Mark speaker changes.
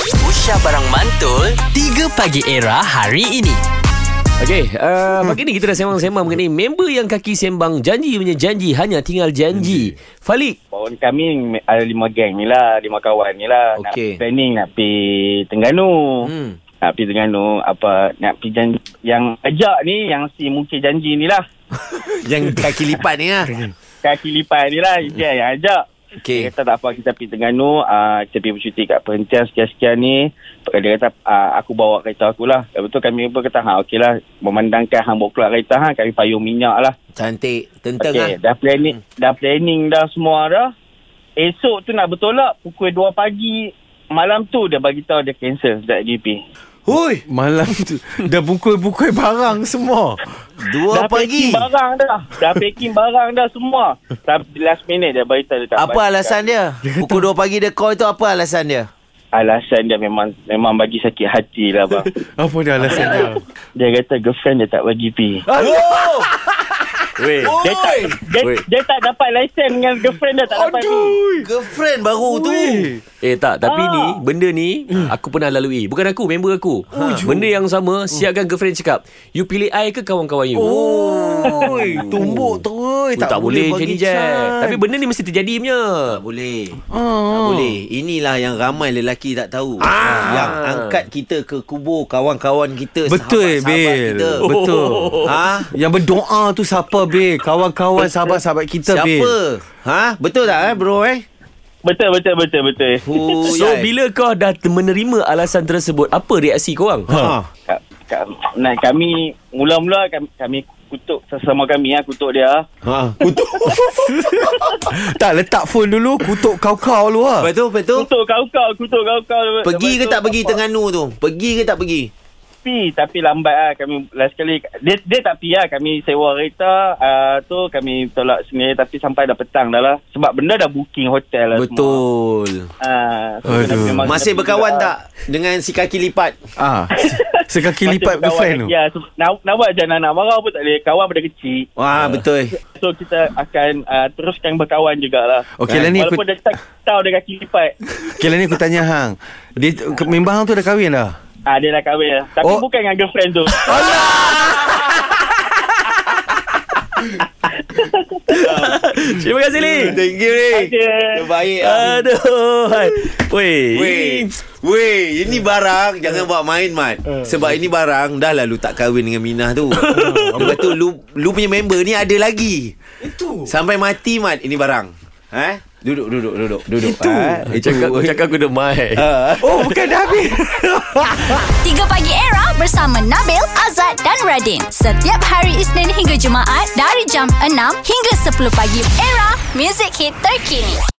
Speaker 1: Aisyah Barang Mantul 3 Pagi Era hari ini
Speaker 2: Okey, uh, pagi ni kita dah sembang-sembang mengenai member yang kaki sembang janji punya janji hanya tinggal janji. Falik,
Speaker 3: Bawahan kami ada lima geng ni lah, lima kawan ni lah.
Speaker 2: Okey.
Speaker 3: Nak planning nak pi Tengganu.
Speaker 2: Hmm.
Speaker 3: Hmm. Nak pi Tengganu apa nak pi janji yang ajak ni yang si mungkin janji ni lah.
Speaker 4: Yang kaki lipat ni lah
Speaker 3: Kaki lipat ni lah dia yang ajak.
Speaker 4: Okey.
Speaker 3: Dia kata tak apa kita pergi Tengganu, uh, kita pergi bercuti kat perhentian sekian-sekian ni. Dia kata uh, aku bawa kereta aku lah. Lepas tu kami pun kata ha okey lah. Memandangkan hang bawa keluar kereta hang kami payung minyak lah.
Speaker 4: Cantik Tentang
Speaker 3: Okey,
Speaker 4: okay. lah
Speaker 3: dah planning dah planning dah semua dah. Esok tu nak bertolak pukul 2 pagi malam tu dia bagi tahu dia cancel dekat GP.
Speaker 4: Hui
Speaker 5: Malam tu Dah bungkus-bungkus barang semua
Speaker 4: Dua
Speaker 3: dah
Speaker 4: pagi
Speaker 3: packing barang dah. Dah packing barang dah semua. Tapi last minute dia beritahu dia tak
Speaker 4: Apa
Speaker 3: balik.
Speaker 4: alasan dia? Pukul dua pagi dia call tu Apa alasan dia?
Speaker 3: Alasan dia memang memang bagi sakit hati lah bang.
Speaker 5: Apa dia alasan dia
Speaker 3: dia kata girlfriend dia tak bagi pi.
Speaker 4: Weh
Speaker 2: Oh.
Speaker 3: Dia tak dia,
Speaker 2: Wait.
Speaker 3: dia tak dapat license dengan girlfriend dia tak dapat pi.
Speaker 4: Girlfriend baru tu
Speaker 2: eh tak, tapi
Speaker 3: Ah.
Speaker 2: ni benda ni aku pernah lalui. Bukan aku, member aku. Ha. Benda yang sama, siapkan girlfriend cakap, you pilih I ke kawan-kawan you?
Speaker 4: Oi Tumbuk tu
Speaker 2: Ui, Oh,
Speaker 4: oi.
Speaker 2: tak, boleh jadi je. Tapi benda ni mesti terjadi punya.
Speaker 4: tak boleh
Speaker 5: Ah.
Speaker 4: Tak boleh Inilah yang ramai lelaki tak tahu ah. Yang angkat kita ke kubur Kawan-kawan kita
Speaker 5: Betul
Speaker 4: Sahabat-sahabat
Speaker 5: Bil
Speaker 4: kita
Speaker 5: Betul
Speaker 4: Ha?
Speaker 5: Yang berdoa tu siapa Bil Kawan-kawan sahabat-sahabat kita Bil
Speaker 4: Siapa? Ha? Betul tak eh bro eh?
Speaker 3: Betul betul betul betul.
Speaker 4: Oh,
Speaker 2: So bila kau dah te- menerima alasan tersebut, apa reaksi kau orang?
Speaker 5: ha.
Speaker 3: Ka, ka, nah, kami mula-mula kami, kami kutuk sesama kami ya kutuk dia.
Speaker 5: ha. Kutuk Tak letak phone dulu Kutuk kau-kau lu lah
Speaker 4: Lepas tu, lepas tu
Speaker 3: Kutuk kau kau, kutuk kau kau.
Speaker 4: Pergi ke tak pergi Tengganu tu? Pergi ke tak pergi?
Speaker 3: Pi, tapi lambat ah kami last kali dia dia tak pi lah kami sewa kereta uh, tu kami tolak sendiri tapi sampai dah petang dah lah sebab benda dah booking hotel lah semua.
Speaker 4: Betul.
Speaker 3: Ah, so
Speaker 5: Aduh.
Speaker 3: kena- memang
Speaker 4: Masih
Speaker 3: kena
Speaker 4: berkawan
Speaker 3: pergi lah.
Speaker 4: tak dengan si kaki lipat?
Speaker 5: ah. Sekaki
Speaker 3: Masih
Speaker 5: lipat
Speaker 3: berkawan
Speaker 5: girlfriend tu
Speaker 3: lagi, Ya, so, nak, nak buat macam nak, nak marah pun tak boleh. Kawan pada kecil.
Speaker 4: Wah, betul.
Speaker 3: So, kita akan uh, teruskan berkawan jugalah.
Speaker 5: Okey lah ni aku-
Speaker 3: Walaupun dah tahu dia kaki lipat.
Speaker 5: Okay lah ni aku tanya hang Dia ke- Member hang tu dah kahwin dah
Speaker 3: Ah, dia dah kahwin lah. Tapi oh.
Speaker 5: Oh.
Speaker 3: bukan dengan girlfriend tu.
Speaker 2: Terima kasih, Li.
Speaker 4: Thank you, Rik.
Speaker 3: Dia-
Speaker 4: Terbaik. ah.
Speaker 2: Aduh. Weh. Eh.
Speaker 4: Weh, weh, ini barang jangan buat main, Mat. Sebab ini barang dah lalu tak kahwin dengan Minah tu.
Speaker 2: Ah.
Speaker 4: Lepas tu lu, lu punya member ni ada lagi. Itu. Sampai mati, Mat, ini barang. Ha? Duduk, duduk, duduk, duduk. Itu. Ha?
Speaker 2: Dia Eh, cakap, aku cakap aku demai.
Speaker 4: Ah.
Speaker 5: Oh bukan dah habis
Speaker 6: 3 Pagi Era bersama Nabil, Azad dan Radin. Setiap hari Isnin hingga Jumaat dari jam 6 hingga 10 pagi. Era, music hit terkini.